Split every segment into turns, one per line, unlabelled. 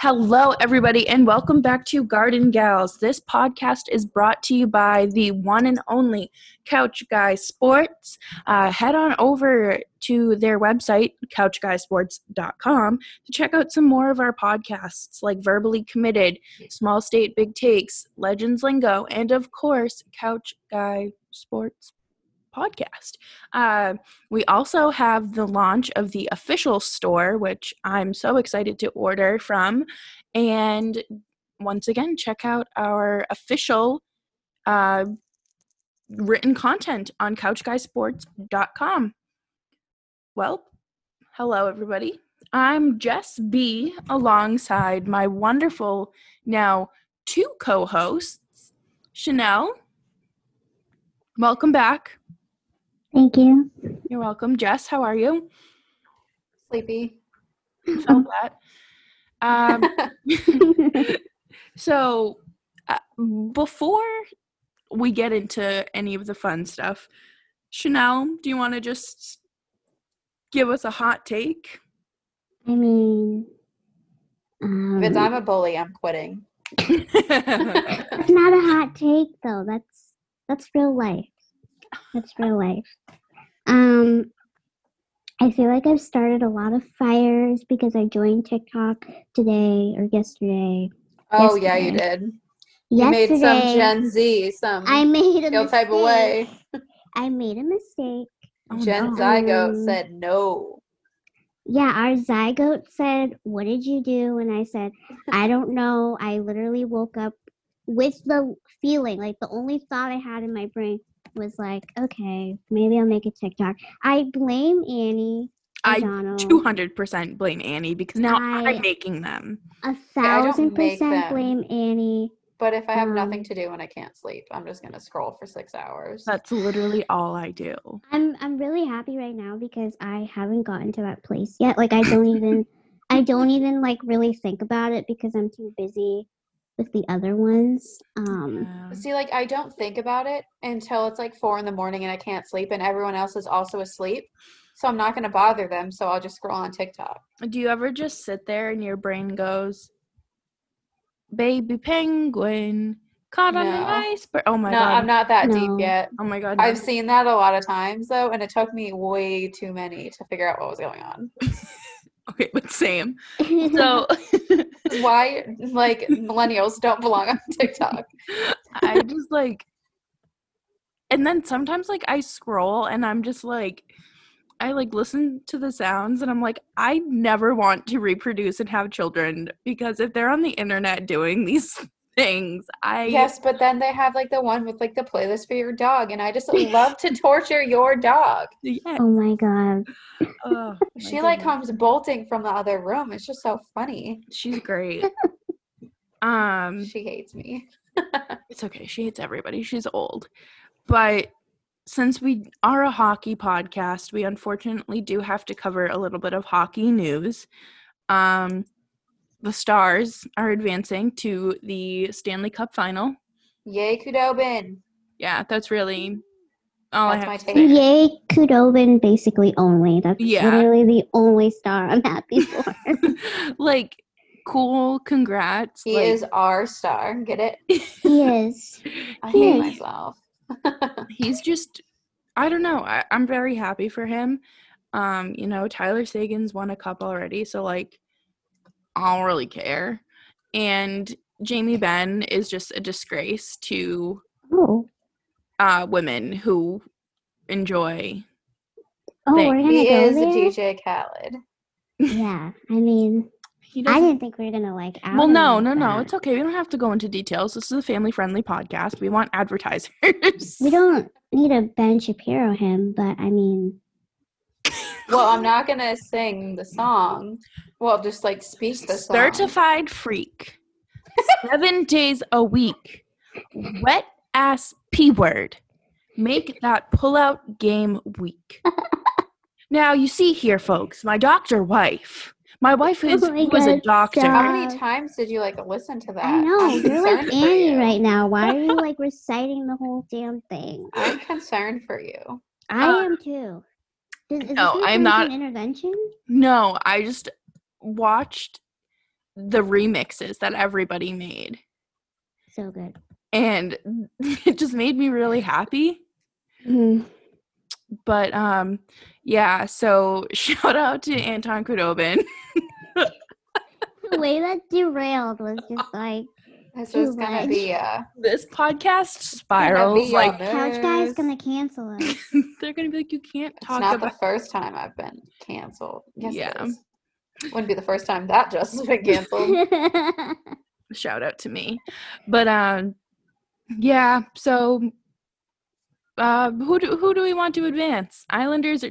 Hello, everybody, and welcome back to Garden Gals. This podcast is brought to you by the one and only Couch Guy Sports. Uh, head on over to their website, couchguysports.com, to check out some more of our podcasts like Verbally Committed, Small State Big Takes, Legends Lingo, and of course, Couch Guy Sports podcast. Uh, we also have the launch of the official store, which I'm so excited to order from. And once again, check out our official uh, written content on couchguysports.com. Well, hello, everybody. I'm Jess B alongside my wonderful now two co hosts, Chanel. Welcome back.
Thank you.
You're welcome. Jess, how are you?
Sleepy.
Felt that. Um, so, uh, before we get into any of the fun stuff, Chanel, do you want to just give us a hot take?
I mean, um,
Because I'm a bully, I'm quitting.
Oh,
it's not a hot take though. That's that's real life. That's real life. Um, I feel like I've started a lot of fires because I joined TikTok today or yesterday.
Oh yeah,
Yesterday.
you did. You made
Yesterday,
some Gen Z, some
I made a
ill
mistake.
type of way.
I made a mistake.
Oh,
Gen
no.
Zygote
Um,
said no.
Yeah, our zygote said, What did you do? And I said, I don't know. I literally woke up with the feeling, like the only thought I had in my brain was like, okay, maybe I'll make a TikTok. I blame Annie.
I
O'Donnell
200% blame Annie because now I,
I-
am making them.
a
I don't
thousand
make
percent
them.
blame Annie.
But if I have nothing
um,
to do and I can't sleep, I'm just gonna scroll for six hours.
That's literally all I do.
I'm I'm really happy right now because I haven't gotten to that place yet. Like I don't even I don't even like really think about it because I'm too busy with the other ones. Um
Yeah.
See, like I don't think about it until it's like four in the morning and I can't sleep and everyone else is also asleep. So I'm not gonna bother them, so I'll just scroll on TikTok.
Do you ever just sit there and your brain goes, "Baby penguin caught on an
No.
iceberg"? Oh my
no,
god!
I'm not that
No.
deep yet.
oh my god!
I've
no.
seen that a lot of times though, and it took me way too many to figure out what was going on.
okay, but same. So
Why, like, millennials don't belong on TikTok?
I just like, and then sometimes like I scroll and I'm just like, I like listen to the sounds and I'm like, I never want to reproduce and have children because if they're on the internet doing these things, I
Yes, but then they have like the one with like the playlist for your dog, and I just love to torture your dog.
yeah.
Oh my god.
Oh, my
She like
goodness.
comes bolting from the other room. It's just so funny.
She's great.
Mm.
um,
She hates me.
it's okay. She hates everybody. She's old. But since we are a hockey podcast, we unfortunately do have to cover a little bit of hockey news. Um, the Stars are advancing to the Stanley Cup final.
Yay, Kudobin.
Yeah, that's really all
That's
I
my
have. to say.
take.
Yay, Kudobin basically only. That's
Yeah.
literally the only star I'm happy for.
like, cool. Congrats.
He
like,
is our star. Get it?
he is.
I
He
hate
is.
myself.
he's just i don't know I, i'm very happy for him um you know tyler sagan's won a cup already so like i don't really care and jamie ben is just a disgrace to
Oh.
uh women who enjoy
Oh,
Thank-
we're gonna
He
go
is
there?
DJ Khaled.
Yeah. I mean
he
I
doesn't
didn't think we were gonna like out
well
on
no
like
no no
that.
it's okay we don't have to go into details this is a family friendly podcast we want advertisers
we don't need a Ben Shapiro him, but I mean
Well, I'm not gonna sing the song. Well, just like speak the song.
Certified freak. Seven days a week. Wet ass P word. Make that pullout game weak. Now, you see here, folks, my doctor wife. My wife is,
Oh my
was a
God,
doctor.
stop.
How many
Uh,
times did you like listen to that?
Uh,
I know,
I'm
you're like
concerned for
Annie
you.
right now. Why are you like reciting the whole damn thing?
I'm concerned for you.
I
Uh,
am too. Does, is this
no,
gonna
I'm
turn into
not-
an intervention?
No, I just watched the remixes that everybody made.
So good.
And it just made me really happy. Hmm. But um yeah, so shout out to Anton Kudobin.
the way that derailed was just like
This was
Too
gonna
much.
be uh
This podcast spirals
be
like
on
couch guy's
this.
gonna cancel us.
they're gonna be like you can't
It's
talk
not
about
the first time I've been canceled. Yes,
Yeah.
it is. Wouldn't be the first time that Jess has been canceled.
shout out to me. But um yeah, so uh who do who do we want to advance? Islanders or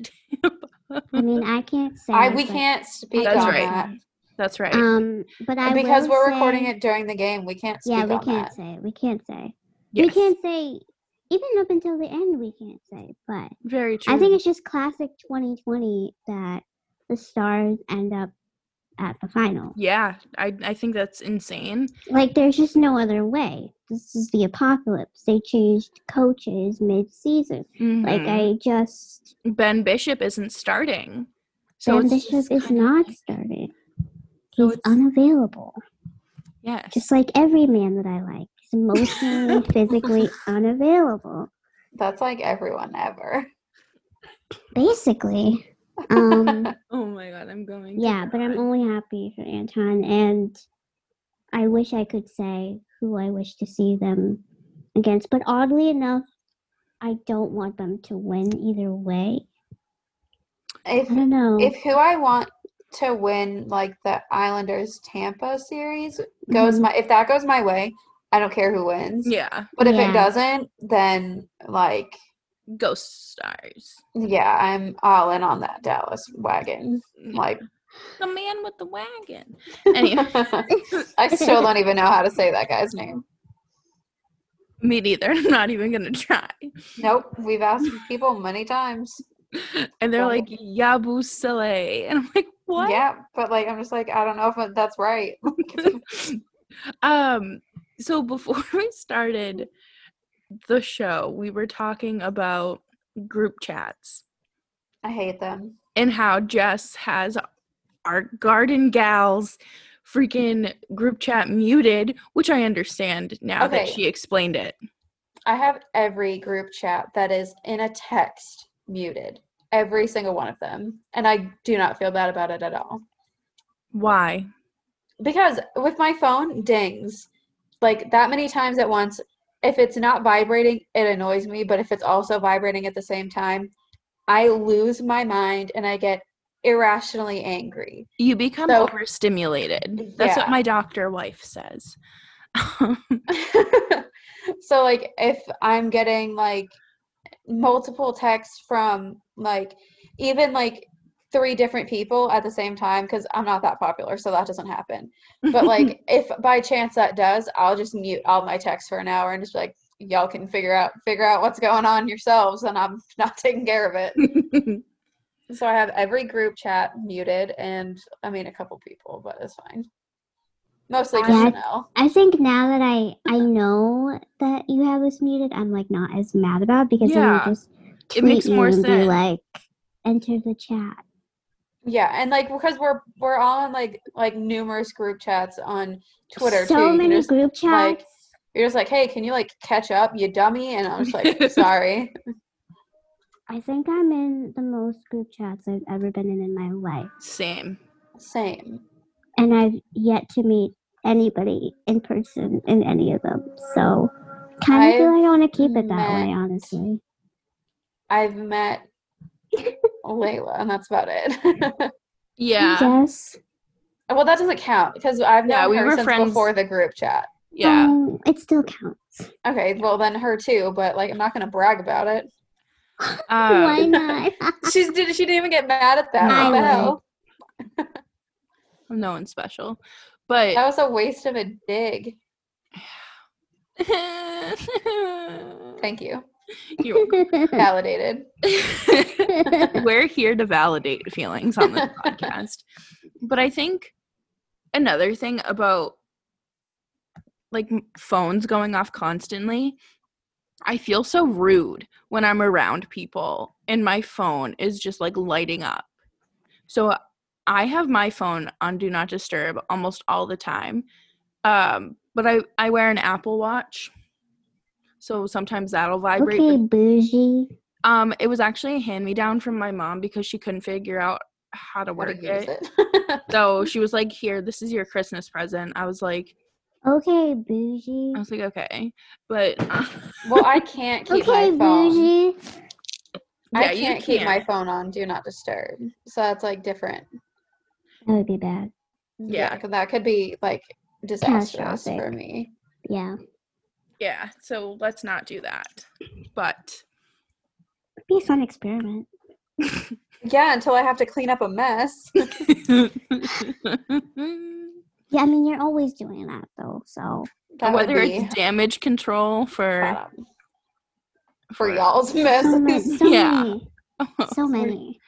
I mean, I can't say.
I we
but,
can't speak
That's
on
right.
that
That's right.
Um, but I
because
will
we're recording
say-
it during the game. We can't speak
Yeah, we
on
can't
that.
say. We can't say. We
Yes.
can't say. Even up until the end, we can't say. But
Very true.
I think it's just classic 2020 that the stars end up at the final.
yeah, I I think that's insane.
Like, there's just no other way. This is the apocalypse. They changed coaches mid-season. Like,
Mhm.
Mm-hmm.
I just
Ben Bishop isn't starting.
so
it's
Bishop
just
is
kinda
not
like-
starting.
So
He's
it's-
unavailable.
Yes.
Just like every man that I like, he's emotionally, and physically unavailable.
That's like everyone ever.
Basically. Um.
oh my god, I'm going. to
Yeah, but I'm
cry.
only happy for Anton, and I wish I could say who I wish to see them against. But oddly enough, I don't want them to win either way.
if
I don't know.
if who I want to win like the Islanders Tampa series goes
Mhm.
my if that goes my way, I don't care who wins.
Yeah,
But if
Yeah.
it doesn't, then like
Ghost Stars.
yeah, I'm all in on that Dallas wagon. Like
the man with the wagon. Anyway,
I still don't even know how to say that guy's name.
me neither. I'm not even gonna try.
Nope, we've asked people many times.
And they're
Well-
like Yabu Sele, and I'm like, what?
Yeah, but like I'm just like I don't know if that's right.
um. So before we started the show, we were talking about group chats.
I hate them.
and how Jess has our garden gals freaking group chat muted, which I understand now that
Okay.
she explained it.
I have every group chat that is in a text muted, every single one of them. And I do not feel bad about it at all.
Why?
Because with my phone, dings like that many times at once. If it's not vibrating, it annoys me. But if it's also vibrating at the same time, I lose my mind and I get irrationally angry.
You become
So-
overstimulated. That's what
Yeah.
my doctor wife says.
so like if i'm getting like multiple texts from like even like three different people at the same time because i'm not that popular so that doesn't happen but like if by chance that does i'll just mute all my texts for an hour and just be like y'all can figure out figure out what's going on yourselves and i'm not taking care of it so i have every group chat muted and i mean a couple people but it's fine mostly
Yeah.
just Janelle.
I think now that I I know that you have this muted, I'm like not as mad about it because
Yeah,
then you just
it
tweet
makes
you
more
and be
sense.
like, enter the chat.
Yeah, and like because we're we're all in like like numerous group chats on Twitter
so
too. You're
many
just,
group
like,
chats.
you're just like, hey, can you like catch up, you dummy? And I'm just like, sorry.
I think I'm in the most group chats I've ever been in in my life.
Same.
Same.
and I've yet to meet anybody in person in any of them. So kind of feel
I've
like I want to keep it that way,
met-
honestly.
I've met Layla, and that's about it.
Yeah.
Yes.
well, that doesn't count because I've known
Yeah, we
her
were
since
friends.
before the group chat.
Yeah.
Um, it still counts.
Okay, well then her too, but like I'm not gonna brag about it. Uh,
Um,
Why not?
She's did she didn't even get mad at that.
I
What the
would.
hell?
no one special. But
That was a waste of a dig. Thank you.
You're welcome.
Validated.
we're here to validate feelings on this podcast. But I think another thing about like m- phones going off constantly, I feel so rude when I'm around people and my phone is just like lighting up. So I have my phone on do not disturb almost all the time. Um, but I I wear an Apple Watch. So sometimes that'll vibrate.
Okay, bougie.
but, um it was actually a hand me down from my mom because she couldn't figure out how to
How to
work
use
it.
it. Mm-hmm.
So she was like, "Here, this is your Christmas present." I was like
Okay, bougie.
I was like, "Okay." But uh,
well, I can't keep
Okay,
my phone.
bougie.
I
yeah, you
can't keep my phone on do not disturb. So that's like different.
That would be bad.
Yeah.
'cause that could be like disastrous for
Catastrophic.
me.
Yeah.
Yeah, so let's not do that. But
It'd be a fun experiment.
Yeah, until I have to clean up a mess.
Yeah, I mean, you're always doing that though, so.
That
whether
would be
it's damage control for
bottom for y'all's mess.
So, ma- so
Yeah.
many. So many.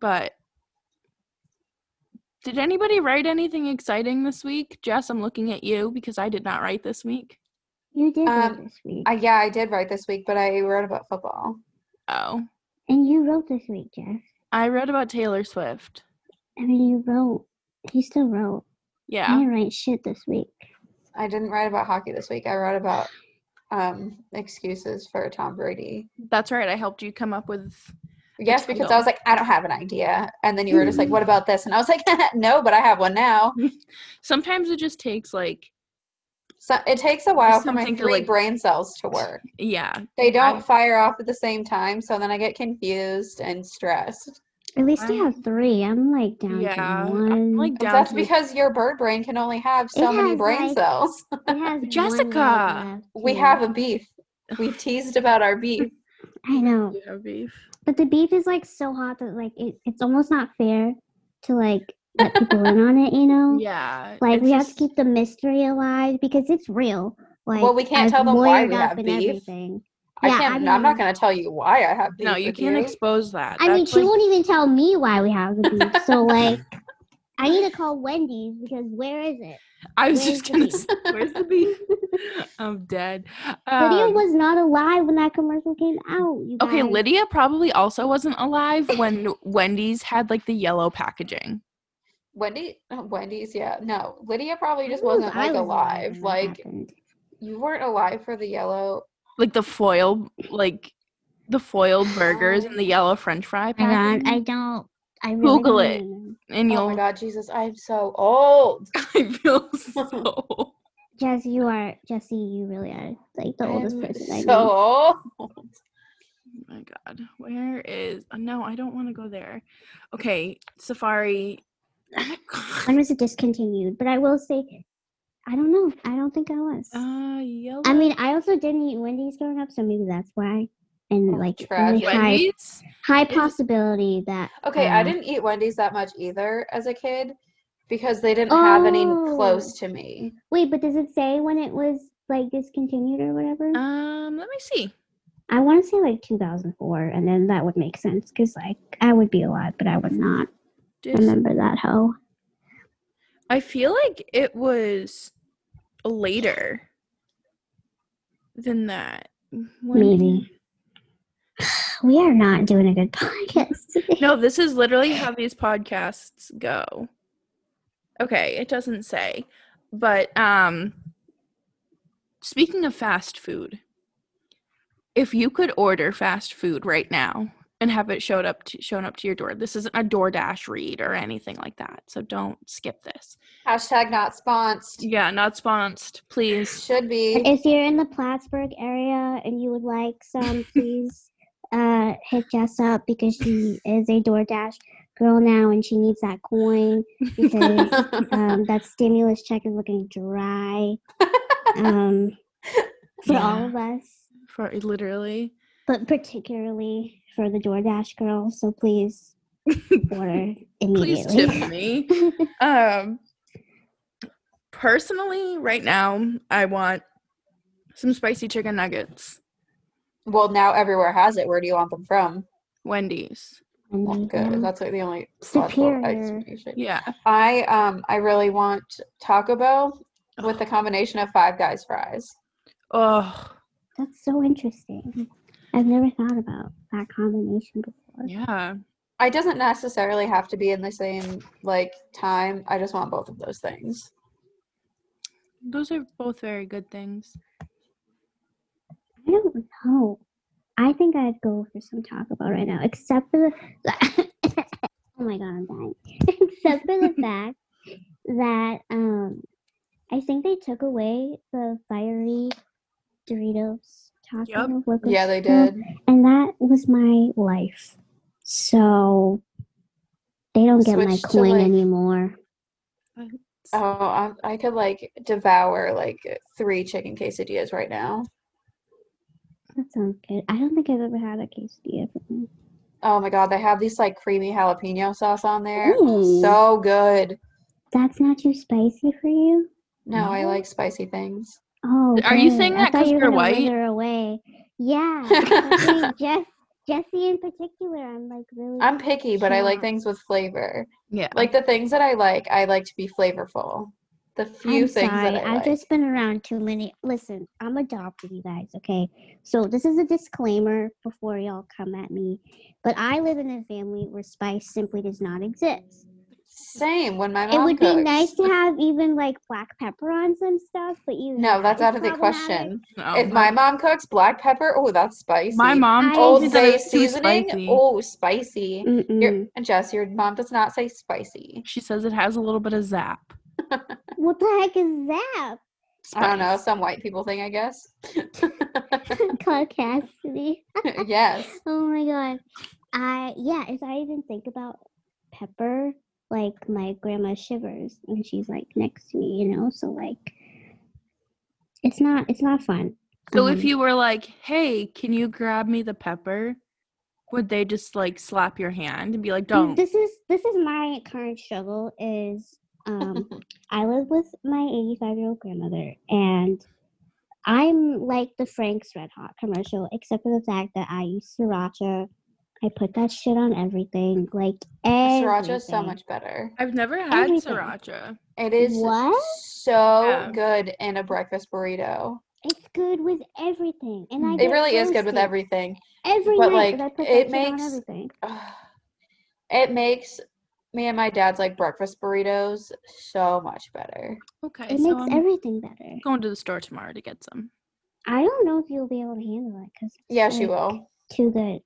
but did anybody write anything exciting this week? Jess, I'm looking at you because I did not write this week.
You did write
Um,
this week.
I, yeah, I did write this week, but I wrote about football.
Oh,
and you wrote this week, Jeff.
I read about Taylor Swift.
I mean, you wrote. You still wrote. I
Yeah.
didn't write shit this week.
I didn't write about hockey this week. I wrote about um excuses for Tom Brady.
That's right. I helped you come up with
Yes, because
title.
I was like, I don't have an idea. And then you were just
Hmm.
like, what about this? And I was like, no, but I have one now.
sometimes it just takes like
So it takes a while for my
Something
three
to, like-
brain cells to work.
yeah.
They don't
I-
fire off at the same time, so then I get confused and stressed.
At least I
I-
have three. I'm like down
Yeah,
to
I'm,
one.
like, down
That's
to the-
because your bird brain can only have so
It
many
has,
brain
like-
cells.
It has one
Jessica,
leg left,
We
too.
have a beef. We teased about our beef.
I know,
You have beef.
but the beef is like so hot that like it, it's almost not fair to like let people in on it. You know,
Yeah.
Oh, like
it's
we have
just-
to keep the mystery alive because it's real. Like,
Well, we can't
I've
tell them why
lawyered
we
up
have
and
beef.
Everything.
I
Yeah,
can't.
I
I am not
mean-
going to tell you why I have beef.
No, you
with
can't expose that.
I mean,
That's,
she
like-
won't even tell me why we have the beef. So like, I need to call Wendy's because where is it?
I was
where's
just
the
gonna.
beef?
s- Where's the beef? I'm dead.
Lydia
Um,
was not alive when that commercial came out. You
okay,
guys.
Lydia probably also wasn't alive when Wendy's had like the yellow packaging.
Wendy, Wendy's, yeah, no, Lydia probably
I
just
was-
wasn't
I
like
was
alive.
when that
Like
happened.
you weren't alive for the yellow. Oh
Like the foil, like the foiled burgers and the yellow French fry
Oh my god,
packaging.
I don't. I really
Google
don't
it.
even know.
and
Oh my
you'll.
God, Jesus, I'm so old.
I feel so.
Jess, you are Jesse. You really are like the oldest
I'm
person I know.
So old.
Oh my god, where is? oh, No, I don't want to go there. Okay, Safari. Oh my God.
When was it discontinued? But I will say, I don't know. I don't think I was.
Uh, yellow.
I mean, I also didn't eat Wendy's growing up, so maybe that's why. And
Oh,
like, really
tragic.
high,
Wendy's.
high
is-
possibility that.
Okay, I
uh,
didn't eat Wendy's that much either as a kid because they didn't have any close
Oh.
to me.
Wait, but does it say when it was like discontinued or whatever?
Um, let me see.
I want to say like 2004, and then that would make sense because like I would be alive, but I would not
Dis-
remember that hoe.
I feel like it was later than that. When-
Maybe. We are not doing a good podcast today.
No, this is literally how these podcasts go. Okay, it doesn't say. But um speaking of fast food, if you could order fast food right now and have it showed up to shown up to your door. This isn't a DoorDash read or anything like that. So don't skip this.
Hashtag not sponsored.
Yeah, not sponsored, please.
Should be.
If you're in the Plattsburgh area and you would like some, please uh, hit Jess up because she is a DoorDash girl now and she needs that coin because um, that stimulus check is looking dry um, for all
Yeah.
of us,
For literally.
but particularly for the DoorDash girl. So please order immediately.
Please tip me. um, personally, right now, I want some spicy chicken nuggets,
well, now everywhere has it. Where do you want them from?
Wendy's.
And then,
Well, good.
um,
That's like the only logical
Superior.
explanation.
Yeah.
I um I really want Taco Bell with the combination of Five Guys fries.
Oh,
That's so interesting. I've never thought about that combination before.
yeah.
I doesn't necessarily have to be in the same like time. I just want both of those things.
Those are both very good things.
I don't know. I think I'd go for some Taco Bell right now, except for the. oh my god, I'm dying. except for the fact that um, I think they took away the fiery Doritos taco.
Yep.
with the
Yeah, they
stuff,
did.
And that was my life. So they don't get my
Switch to,
coin
like-
anymore.
Oh, I, I could like devour like three chicken quesadillas right now.
That sounds good. I don't think I've ever had a quesadilla. before.
Oh my god, they have these like creamy jalapeno sauce on there.
Ooh.
So good.
That's not too spicy for you.
No, I
No?
like spicy things.
Oh,
Are you
good.
saying
I
that
thought
'cause
you were
you're
gonna
white?
wither Away. Yeah, I mean, Jess, Jesse in particular. I'm like really.
I'm picky, but I like
Yeah.
things with flavor.
Yeah.
Like the things that I like, I like to be flavorful. The few
I'm
things
sorry.
that I
I've
like.
just been around too many. Listen, I'm adopted, you guys. Okay, so this is a disclaimer before y'all come at me. But I live in a family where spice simply does not exist.
Same when my
it
mom
would
cooks.
be nice to have even like black pepper on some stuff, but you
No, that's
it's
out of the
problematic.
question.
No.
If my mom cooks black pepper, oh, that's spicy.
my mom
I
told me
Old
just-
that it
Bay
was too
seasoning,
spicy.
oh, spicy.
Mm-mm.
Your, Jess, your mom does not say spicy.
She says it has a little bit of zap.
What the heck is that?
I don't know,
Spice.
some white people thing, I guess.
Called Cassidy.
yes.
Oh my god. I yeah, if I even think about pepper, like my grandma shivers when she's like next to me, you know, so like it's not it's not fun.
So if
Um,
you were like, "Hey, can you grab me the pepper?" Would they just like slap your hand and be like,
Dude,
"Don't"?
This is this is my current struggle is um I live with my 85 year old grandmother and I'm like the Frank's Red Hot commercial except for the fact that I use sriracha. I put that shit on everything. Like everything.
Sriracha is so much better.
I've never had
Everything.
sriracha.
It is
What?
so
Yeah.
good in a breakfast burrito.
It's good with everything, and I.
Mhm.
It
get
really is good with
roasted
everything.
Every
but,
night,
like,
but I put
it
that shit on
makes-
everything.
Ugh. It makes me and my dad's like breakfast burritos so much better.
Okay,
It
so
makes
I'm
everything better.
going to the store tomorrow to get some.
I don't know if you'll be able to handle it because
Yeah, she will.
too good.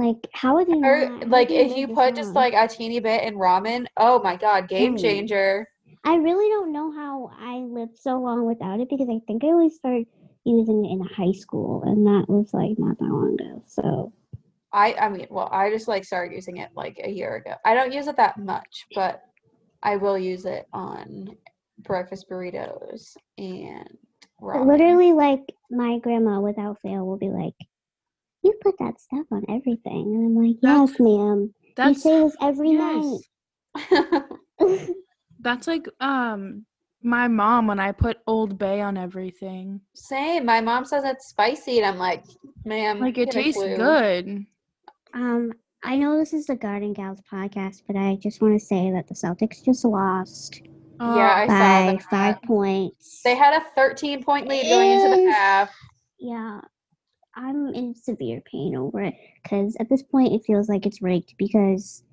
Like how are they?
Or
not- how
like
do they
if you
live this
put just
long?
like a teeny bit in ramen, oh my god, game
Really?
changer.
I really don't know how I lived so long without it because I think I only started using it in high school, and that was like not that long ago. So
I I mean, well, I just like started using it like a year ago. I don't use it that much, but I will use it on breakfast burritos and ramen.
literally, like my grandma without fail will be like, "You put that stuff on everything," and I'm like,
That's-
"Yes, ma'am." You
That's
say this every
yes.
night.
That's like um my mom when I put Old Bay on everything.
Same. My mom says it's spicy, and I'm like, ma'am,
Like it
get a
tastes
clue."
good.
um, I know this is the Garden Gals podcast, but I just want to say that the Celtics just lost
Yeah, I
Oh,
saw
by
that.
five points.
They had a 13 point lead going into the
Ew.
half.
yeah, I'm in severe pain over it because at this point it feels like it's rigged. Because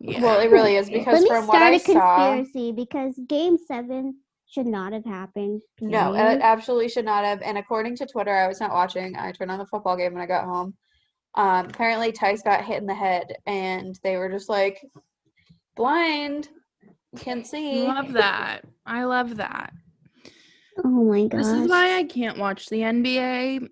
yeah.
Well, it really is
let
because
me
from
start
what I
a
saw,
conspiracy because Game Seven should not have happened.
no, uh, it
period.
absolutely should not have. And according to Twitter, I was not watching. I turned on the football game when I got home. Um, apparently, Tice got hit in the head, and they were just like, blind, can't see.
love that. I love that.
oh my gosh!
This is why I can't watch the NBA.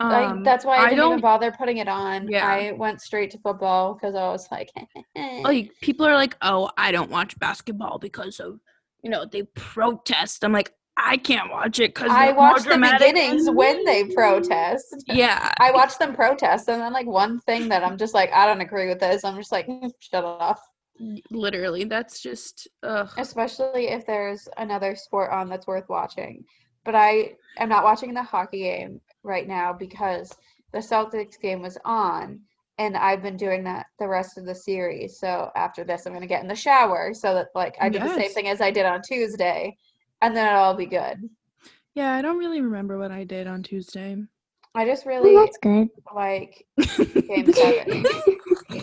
I-
Um,
that's why I,
I
didn't
don't-
even bother putting it on.
Yeah.
I went straight to football because I was like,
like people are like, "Oh, I don't watch basketball because of you know they protest." I'm like, I can't watch it because
I watched the beginnings when they protest.
Yeah,
I watched them protest, and then like one thing that I'm just like, I don't agree with this. I'm just like, "Mm, shut off.
literally. That's just ugh.
Especially if there's another sport on that's worth watching. But I am not watching the hockey game right now because the Celtics game was on, and I've been doing that the rest of the series. So after this, I'm gonna get in the shower so that like I did the same
Yes.
thing as I did on Tuesday, and then it'll all be good.
Yeah, I don't really remember what I did on Tuesday.
I just
Well,
really
that's good.
like game seven.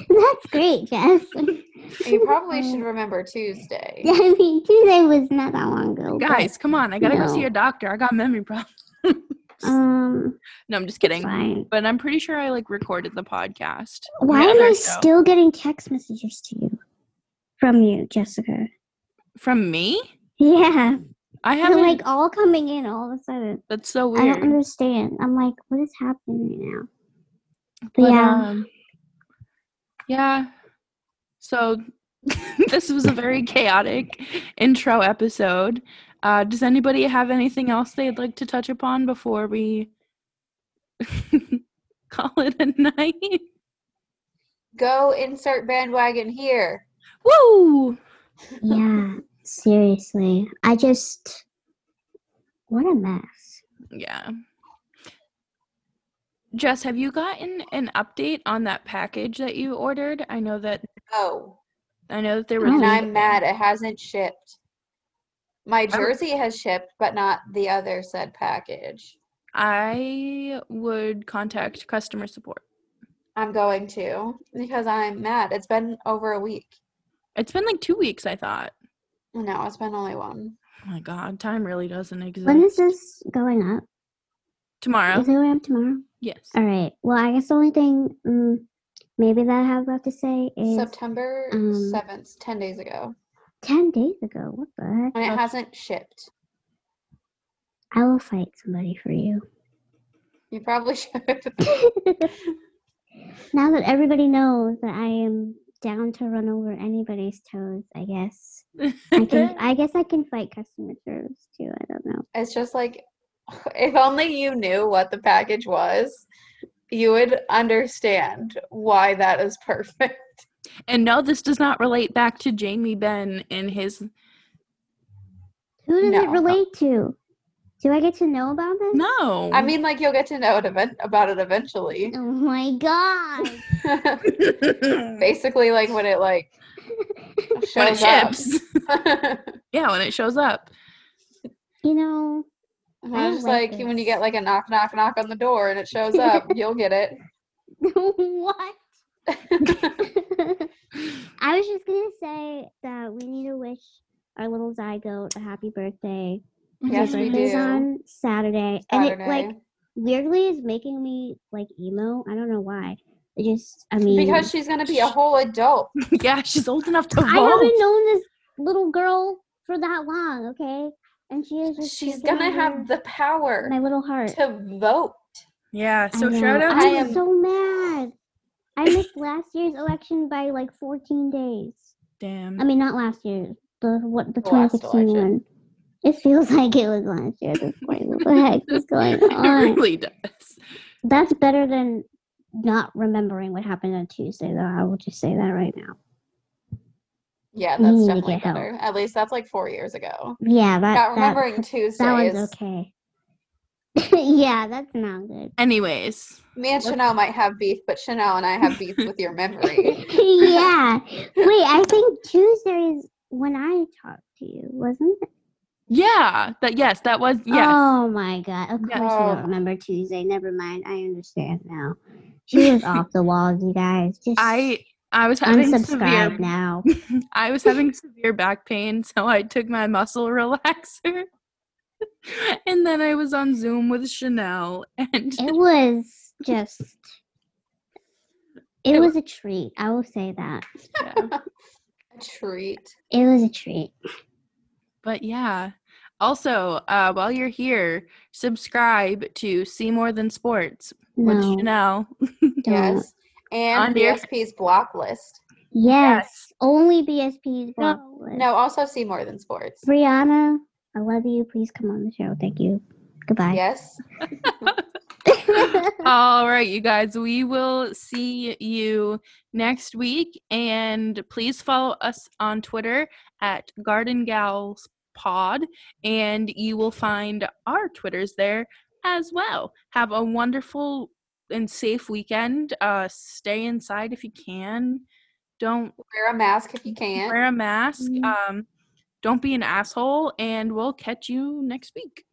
That's great, Jess.
You probably should remember Tuesday.
Yeah, I mean, Tuesday was not that long ago. but,
Guys, come on. I gotta go see
No.
a doctor. I got memory problems.
Um,
No, I'm just kidding.
fine.
But I'm pretty sure I like recorded the podcast.
Why
Yeah,
am I
so.
still getting text messages to you from you, Jessica?
From me?
Yeah,
I
they're
haven't.
like all coming in all of a sudden.
that's so
I don't
weird.
understand. I'm like, what is happening right now? But,
But,
yeah,
um, yeah. So this was a very chaotic intro episode. Uh, does anybody have anything else they'd like to touch upon before we call it a night?
Go insert bandwagon here.
Woo! uh,
yeah. Seriously, I just what a mess.
Yeah. Jess, have you gotten an update on that package that you ordered? I know that
Oh,
I know that there was
Oh,
and
yeah.
I'm mad it hasn't shipped. My
don't-
jersey has shipped, but not the other said package.
I would contact customer support.
I'm going to because I'm mad. It's been over a week.
It's been like two weeks, I thought.
No, it's been only one.
Oh my god, time really doesn't exist.
When is this going up?
Tomorrow.
Is it going up tomorrow?
Yes.
All right. Well, I guess the only thing mm, maybe that I have left to say is
September
um,
7th, 10 days ago.
ten days ago. What the heck?
And it
Okay.
hasn't shipped.
I will fight somebody for you.
You probably should.
now that everybody knows that I am down to run over anybody's toes, I guess I can. I guess I can fight customer service too. I don't know.
It's just like, if only you knew what the package was, you would understand why that is perfect.
and no, this does not relate back to Jamie Ben and his
Who does it
No.
relate to? Do I get to know about this?
No.
Mm.
I mean, like, you'll get to know it event- about it eventually.
Oh my god!
Basically, like, when it, like,
when it
shows up.
ships. yeah, when it shows up.
you know,
And
I
I was just
like
like, when
this.
you get, like, a knock, knock, knock on the door and it shows up, you'll get it.
what? I was just gonna say that we need to wish our little zygote a happy birthday.
Yes,
His
we
birthday's
do.
on Saturday, and it like
Saturday.
weirdly is making me like emo. I don't know why. It just, I mean,
because she's going to be a whole adult.
yeah, she's old enough to vote.
I haven't known this little girl for that long, okay? And she is just
She's
taking
going to
over
have the power
my little heart.
to vote.
Yeah,
I
so
know.
shout out
I'm
to
I am-
so mad. I missed last year's election by like 14 days.
Damn.
I mean, not last year. The what the
The last
2016
election.
one. It feels like it was last year at this point. What the heck is going
it
on?
really does.
That's better than not remembering what happened on Tuesday, though. I will just say that right now.
Yeah,
We
that's
need to
definitely
get help.
better. At least that's like four years ago.
Yeah, that
Not
that-
remembering Tuesdays.
That one's okay. yeah, that's not good.
Anyways,
Me and Chanel might have beef, but Chanel and I have beef with your memory.
yeah. Wait, I think Tuesday is when I talked to you, wasn't it?
yeah, that yes, that was yes.
Oh my god. Of course
Yes.
I
Oh.
don't remember Tuesday. Never mind. I understand now. She was off the walls, you guys. Just
I I was having
unsubscribe
severe
now.
I was having severe back pain, so I took my muscle relaxer. and then I was on Zoom with Chanel and
It was just it
It wa-
was a treat. I will say that.
yeah.
A treat.
It was a treat.
but yeah. Also, uh, while you're here, subscribe to See More Than Sports with
No,
Chanel.
don't.
Yes. And
On your-
BSP's block list.
Yes. Only BSP's
No,
wallet.
No, also see more than sports.
Brianna, I love you. Please come on the show. Thank you. Goodbye.
Yes.
All right, you guys, we will see you next week. And please follow us on Twitter at Garden Gals Pod. And you will find our Twitters there as well. Have a wonderful and safe weekend. Uh, stay inside if you can. Don't
Wear a mask if you can.
wear a mask.
Mhm.
Um, don't be an asshole. And we'll catch you next week.